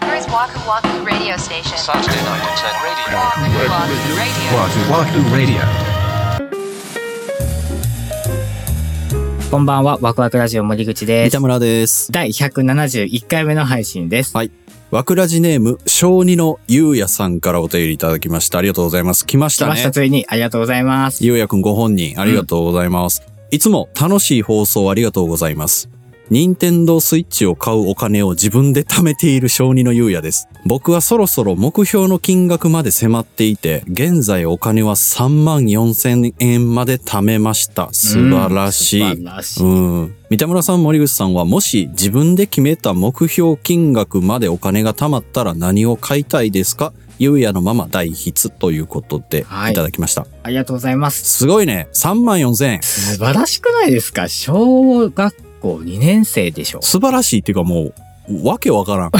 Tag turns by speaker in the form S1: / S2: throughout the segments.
S1: Waku Waku Radio Station.
S2: Saturday night at 10 radio.
S1: Waku Waku Radio.
S3: Wahoo Wahoo Radio.
S4: こんばんは、ワクワクラジオ森口です
S5: 三田。村です。
S4: 第171回目の配信です。
S5: はい。わくらじネーム、小二のゆうやさんからお便りいただきました。ありがとうございます。来まし
S4: 来
S5: た
S4: ました、
S5: ね。
S4: ついに。ありがとうございます。
S5: ゆうやくんご本人、ありがとうございます。いつも楽しい放送ありがとうございます。任天堂スイッチを買うお金を自分で貯めている小二のゆうやです。僕はそろそろ目標の金額まで迫っていて、現在お金は3万4千円まで貯めました。素晴らしい。
S4: うん素晴らしい。
S5: うん。三田村さん、森口さんは、もし自分で決めた目標金額までお金が貯まったら何を買いたいですかゆうやのまま代筆ということで、
S4: はい
S5: いただきました。
S4: ありがとうございます。
S5: すごいね。3万4千円。
S4: 素晴らしくないですか小学校2年生でし ょ
S5: 素晴らしいっていうかもう、わけわからん。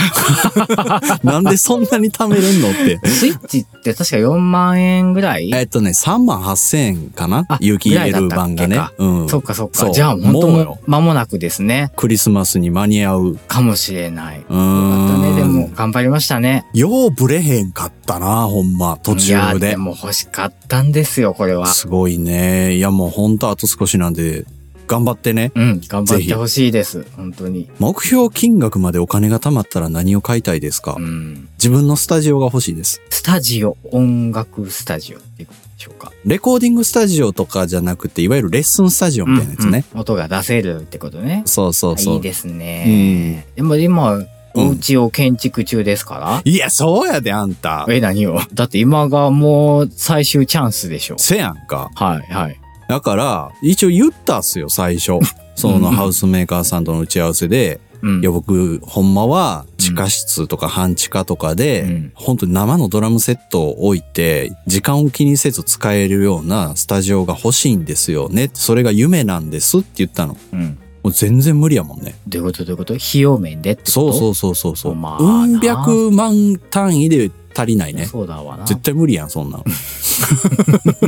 S5: なんでそんなに貯めれんのって。
S4: スイッチって確か4万円ぐらい
S5: えっとね、3万8千円かな
S4: あ
S5: 雪入れる版が
S4: ぐ
S5: ね
S4: らいだったっ。
S5: うん。
S4: そっかそっ
S5: そ
S4: か。
S5: う
S4: じゃあ本当
S5: もう
S4: も
S5: よ
S4: 間もなくですね。
S5: クリスマスに間に合う。う
S4: かもしれない。
S5: ーん。
S4: ね、でも、頑張りましたね。
S5: ようぶれへんかったな、ほんま。途
S4: いや
S5: 中で
S4: で。も欲しかったんですよ、これは。
S5: すごいね。いやもうほんとあと少しなんで、頑張ってね。
S4: うん、頑張ってほしいです。本当に。
S5: 目標金額までお金が貯まったら何を買いたいですか、
S4: うん。
S5: 自分のスタジオが欲しいです。
S4: スタジオ、音楽スタジオっていうことでしょうか。
S5: レコーディングスタジオとかじゃなくて、いわゆるレッスンスタジオみたいなやつね。
S4: うんうん音が出せるってことね。
S5: そうそうそう。
S4: いいですね。でも今、
S5: うん
S4: お家を建築中ですか
S5: いや、そうやで、あんた
S4: ら、。え、何をだって今がもう最終チャンスでしょ。
S5: せやんか。
S4: はい、はい。
S5: だから、一応言ったっすよ、最 初。そのハウスメーカーさんとの打ち合わせで、
S4: うん
S5: いや、。僕、ほんまは、地下室とか半地下とかで、
S4: うん
S5: 本当に生のドラムセットを置いて、時間を気にせず使えるようなスタジオが欲しいんですよね。それが夢なんですって言ったの。
S4: うん。
S5: もう全然無理やもんね。
S4: どういうことどういうこと費用面でってこと
S5: そうそうそうそうそう。
S4: まあな
S5: うん百万単位で足りないね。
S4: そうだわな。
S5: 絶対無理やん、そんなの。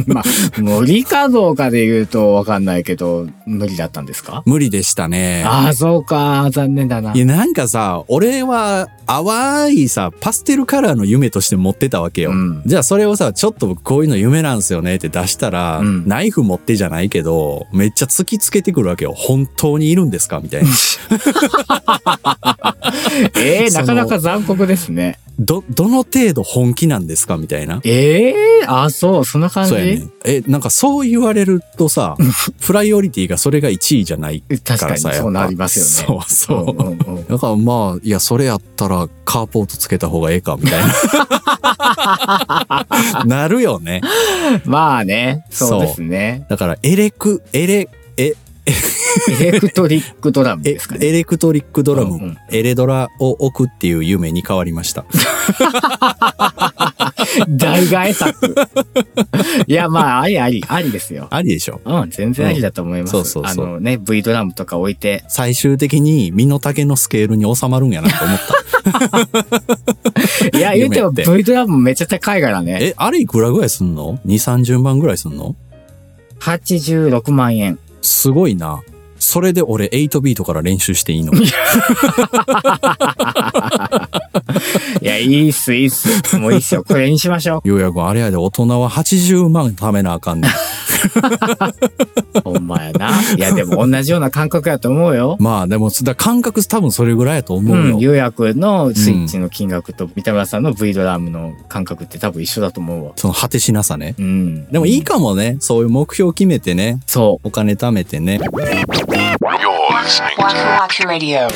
S4: まあ、 無理かどうかで言うとわかんないけど、無理だったんですか
S5: 無理でし たね。
S4: ああ、そうか。残念だな。
S5: いや、なんかさ、俺は淡いさ、パステルカラーの夢として持ってたわけよ。
S4: うん
S5: じゃあそれをさ、ちょっと僕こういうの夢なんすよねって出したら、
S4: うん
S5: ナイフ持ってじゃないけど、めっちゃ突きつけてくるわけよ。本当にいるんですかみたいな。
S4: ええな
S5: その
S4: かなか残酷ですね。
S5: ど、どの程度本気なんですかみたいな。
S4: ええあ、そう、そんな感じ、
S5: そうやね。え、なんかそう言われるとさ、プライオリティがそれが1位じゃないからさ。
S4: 確かに
S5: やっぱ
S4: そうなりますよね。
S5: そうそう。
S4: んうんうん
S5: だからまあ、いや、それやったらカーポートつけた方がええか、みたいな。なるよね。
S4: まあね、そうですね。
S5: だから、エレク、エレ、え、
S4: エレクトリックドラム
S5: え
S4: ですか、ね。
S5: エレクトリックドラム、
S4: うんうん
S5: エレドラを置くっていう夢に変わりました。
S4: 大替作。いや、まあ、ありあり、ありですよ。
S5: ありでしょ
S4: うん、全然ありだと思います。
S5: うんそうそうそう
S4: あのね、V ドラムとか置い て、
S5: 最終的に身の丈のスケールに収まるんやなと思った。
S4: いや、言うても
S5: 夢って
S4: V ドラムめっちゃ高いからね。
S5: え、あれいくらぐらいすんの ?2、30万ぐらいすんの
S4: 86万円。
S5: すごいな。それで俺8ビートから練習していいの
S4: いや、いいっす、いいっす。もういいっすよ。これにしましょ
S5: ようやくあれやで大人は80万貯めなあかんねん。
S4: う。ほんまやな。いや、でも同じような感覚やと思うよ。
S5: まあでも、だ感覚多分それぐらいやと思う
S4: う
S5: よ。
S4: ん、ゆうやくんのスイッチの金額と三田村さんの V ドラムの感覚って多分一緒だと思うわ。
S5: その果てしなさね。
S4: うん。
S5: でもいいかもね。そういう目標決めてね。
S4: そ
S5: お金貯めてね。
S2: You're listening
S1: Waku
S2: to
S1: Waku Radio.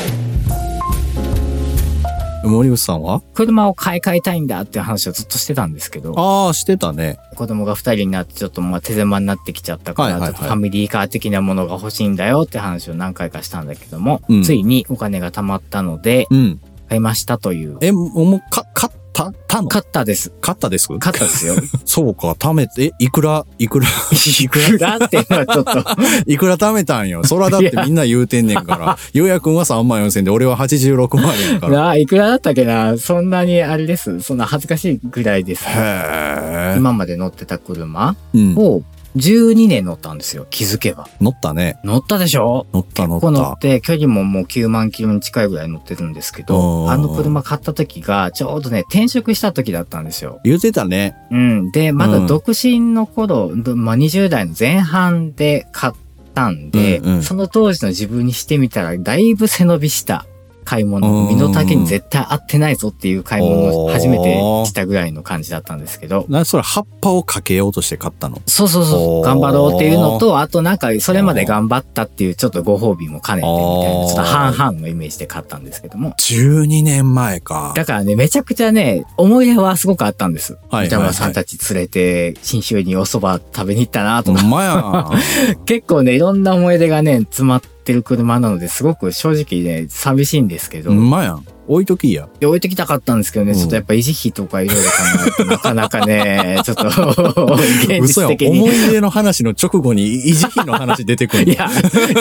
S5: 森口さんは
S4: う。車を買い替えたいんだっていう話をずっとしてたんですけど、
S5: ああ、してたね。
S4: 子供が二人になってちょっとまあ手狭になってきちゃったから、
S5: はいはいはい
S4: ちょっとファミリーカー的なものが欲しいんだよって話を何回かしたんだけども、
S5: うん
S4: ついにお金が貯まったので、
S5: うん。
S4: 買いましたという。
S5: え、もう、もうか、買った、たの
S4: 買ったです。
S5: 買ったです
S4: 買ったで すよ。
S5: そうか、貯めて、え、いくら、いくら、 いくら、
S4: だってのはちょっ と、
S5: いくら貯めたんよ。そらだってみんな言うてんねんから。ゆうやくんは3万4千で、俺は86万円やから。
S4: なあ、いくらだったっけな、そんなにあれです。そんな恥ずかしいぐらいです。
S5: へえ。
S4: 今まで乗ってた車
S5: うん。
S4: を12年乗ったんですよ、気づけば。
S5: 乗ったね。
S4: 乗ったでしょ
S5: 乗った乗
S4: ここ乗
S5: っ
S4: って、距離ももう9万キロに近いぐらい乗ってるんですけ
S5: う
S4: ど、
S5: ん
S4: あの車買った時が、ちょうどね、転職した時だったんですよ。
S5: 言ってたね。
S4: うん。で、ま
S5: う
S4: だ
S5: ん
S4: 独身の頃、どまあ、20代の前半で買ったんで、
S5: うんうん
S4: その当時の自分にしてみたら、だいぶ背伸びした買い物、身の丈に絶対合ってないぞっていう買い物を初めてしたぐらいの感じだったんですけど、
S5: な、それ葉っぱをかけようとして買ったの。
S4: そうそうそ
S5: お
S4: う、
S5: ー
S4: 頑張ろうっていうのと、あとなんか、それまで頑張ったっていうちょっとご褒美も兼ねてみたいな、
S5: おー
S4: ちょっと半々のイメージで買ったんですけども。
S5: 12年前か。
S4: だからね、めちゃくちゃね、思い出はすごくあったんです。
S5: はいはいはい
S4: ジャマさんたち連れて、新州にお蕎麦食べに行ったなと
S5: ほ
S4: か、
S5: ん まや。
S4: 結構ね、いろんな思い出がね、詰まってる車なので、すごく正直ね、寂しいんですけど、
S5: ほんまや。置いときや。
S4: で置いてきたかったんですけどね、
S5: うん
S4: ちょっとやっぱ維持費とかいろいろ考えて、なかなかね、ちょっと、 現実
S5: 嘘や。思
S4: 的に。
S5: い出の話の直後に維持費の話出てくる の
S4: いや、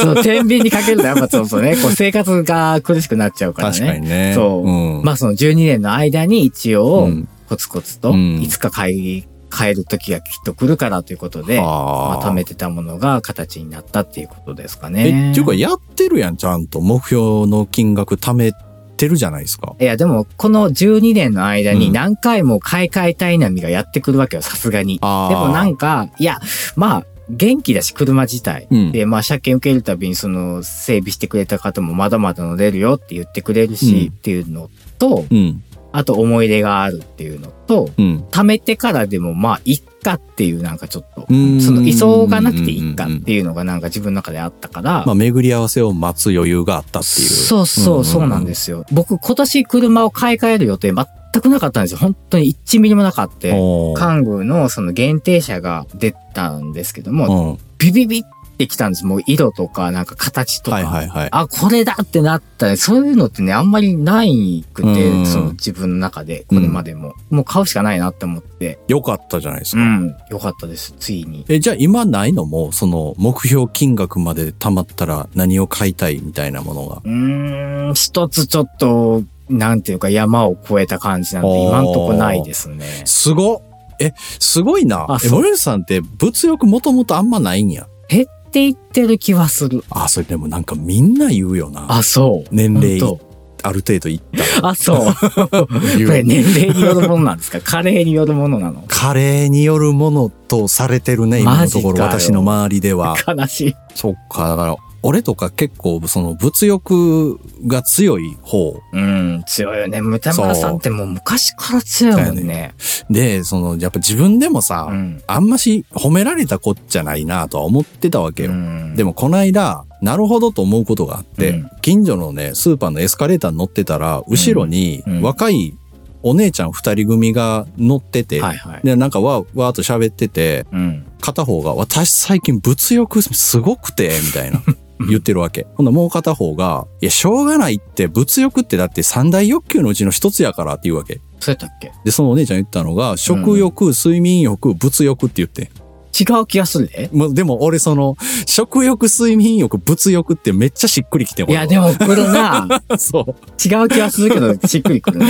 S4: その天秤にかけるとやっ ぱちょっとね、こう生活が苦しくなっちゃうからね。
S5: 確かにね。
S4: そう。
S5: うん。
S4: まあその12年の間に一応、コツコツと、
S5: うん
S4: いつか買い、買える時がきっと来るからということで、ま
S5: あ
S4: あ
S5: ー
S4: 貯めてたものが形になったっていうことですか
S5: え、
S4: ね。
S5: っていうか、やってるやん、ちゃんと。目標の金額貯めてるじゃないですか。
S4: いや、でも、この12年の間
S5: う
S4: に
S5: ん
S4: 何回も買い替えたい波がやってくるわけよ、さすがに。で
S5: あー
S4: もなんか、いや、まあ、元気だし、車自体。
S5: うん
S4: で、まあ、車検受けるたびに、その、整備してくれた方もまだまだ乗れるよって言ってくれるし、
S5: うん
S4: っていうのと、
S5: うん。
S4: あと思い出があるっていうのと、
S5: うん。
S4: 貯めてからでも、まあ、いっかっていう、なんかちょっと、
S5: うーん
S4: その、急がなくていっかっていうのがなんか自分の中であったから、
S5: まあ、巡り合わせを待つ余裕があったっていう。。
S4: そうそう、そうなんですすよ。僕、今年車を買い替える予定全くなかったんですよ。本当に1ミリもなかった。
S5: おー
S4: 関宮のその限定車が出たんですけども、
S5: うん。
S4: ビビビってきたんです。もう色とか、なんか形とか。
S5: はいはいはい。
S4: あ、これだってなったね。そういうのってね、あんまりないくて、
S5: うん
S4: その自分の中で、これまでも。もう買うしかないなって思って、
S5: よかったじゃないです
S4: う
S5: か。
S4: ん、よかったです。ついに。
S5: え、じゃあ今ないのも、その目標金額まで貯まったら何を買いたいみたいなものが。
S4: うーん、一つちょっと、なんていうか山を越えた感じなんて今んとこないですね。
S5: すごっえ、すごいな
S4: あ。
S5: え、
S4: そう
S5: 森内さんって物欲もともとあんまないんや。
S4: 減っていってる気はする。
S5: あ、それでもなんかみんな言うよな。
S4: あ、そう。
S5: 年齢
S4: 本
S5: ある程 度いった
S4: 当あ、そう。こ
S5: 言う
S4: れ年齢によるものなんですか 加齢によるものなの
S5: カレーによるものとされてるね、今のとこ
S4: マジ
S5: ろ、
S4: かよ
S5: 私の周りでは。
S4: 悲しい。
S5: そっか、だから、俺とか結構、その物欲が強い方
S4: うん、強いよね。ムタマラさんってもう昔から強いもん
S5: そう
S4: ね。
S5: で、その、やっぱ自分でもさ、
S4: うん。
S5: あんまし褒められたこっちゃないなとは思ってたわけよ。
S4: うん
S5: でもこの間、なるほどと思うことがあって、
S4: うん
S5: 近所のね、スーパーのエスカレーターに乗ってたら、後ろに
S4: うん
S5: 若いお姉ちゃん二人組が乗ってて、
S4: はいはい。
S5: で、なんかわー、わーっと喋ってて、
S4: うん。
S5: 片方が、私最近物欲すごくて、みたいな
S4: うん。
S5: 言ってるわけ。ほんならもう片方が、いや、しょうがないって、物欲ってだって三大欲求のうちの一つやからって言うわけ。
S4: そうやったっけ
S5: で、そのお姉ちゃん言ったのが、食欲、睡眠欲、物欲って言ってん。
S4: 違う気がするで。
S5: もうでも俺その、食欲、睡眠欲、物欲ってめっちゃしっくりきてん
S4: いや、
S5: 俺
S4: で
S5: は
S4: もこれ な、
S5: そう。も
S4: 違う気がするけど、しっくりくるね。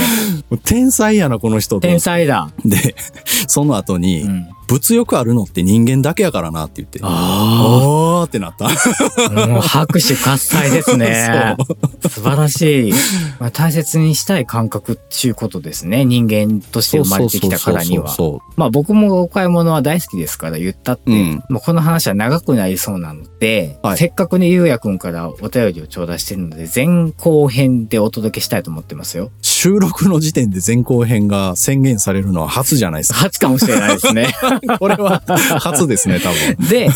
S5: う天才やな、この人と
S4: 天
S5: 思って。
S4: 才だ。
S5: で、その後に、
S4: うん。
S5: 物欲あるのって人間だけやからなって言って。
S4: あ
S5: おーって なった。
S4: あ。もう拍手喝采です ね。素晴らしい。まあ、大切にしたい感覚っていうことですね。人間として生まれてきたからには。
S5: そうそうそうそう
S4: まあ僕もお買い物は大好きですから言ったって、
S5: うん
S4: もうこの話は長くなりそうなので、
S5: はい
S4: せっかくね、ゆうやくんからお便りを頂戴してるので、前後編でお届けしたいと思ってます よ。
S5: 収録の時点で前後編が宣言されるのは初じゃな いですか。
S4: 初かもしれないですね。
S5: これは初ですね、多分。
S4: で、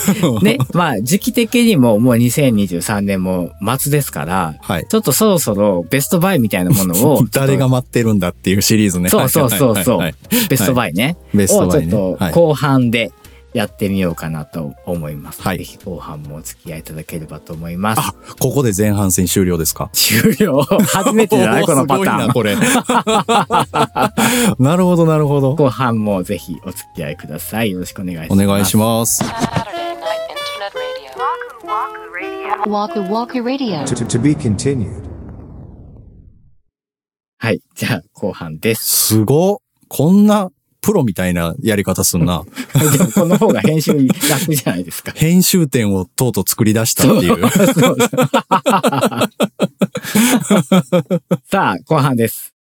S4: ね、まあ時期的にももう2023年も末ですから、
S5: はい。、
S4: ちょっとそろそろベストバイみたいなものを
S5: 誰が待ってるんだっていうシリーズね。
S4: そうそうそうそう
S5: はいはいはい
S4: ベストバイね、
S5: はいベスト
S4: を
S5: バ
S4: ち
S5: イね。
S4: ょっ
S5: は
S4: と
S5: い
S4: 後半でやってみようかなと思います。
S5: はい
S4: ぜひ後半もお付き合いいただければと思います。
S5: あ、ここで前半戦終了ですか
S4: 終 了。初めてじゃない
S5: おー
S4: このパ
S5: すごい
S4: ター
S5: な、
S4: ン。
S5: これ。なるほど、なるほど。
S4: 後半もぜひお付き合いください。よろしくお願いし
S5: お
S4: ます。
S5: 願いします。
S1: Saturday Night Internet Radio. Waku Waku Radio.
S3: To, to, to be continued.
S4: はい。じゃあ、後半です。
S5: すごっこんなプロみたいなやり方す んな。
S4: でもこの方が編集楽じゃないですか。
S5: 編集点をとうとう作り出したっていう。
S4: さあ、後半です。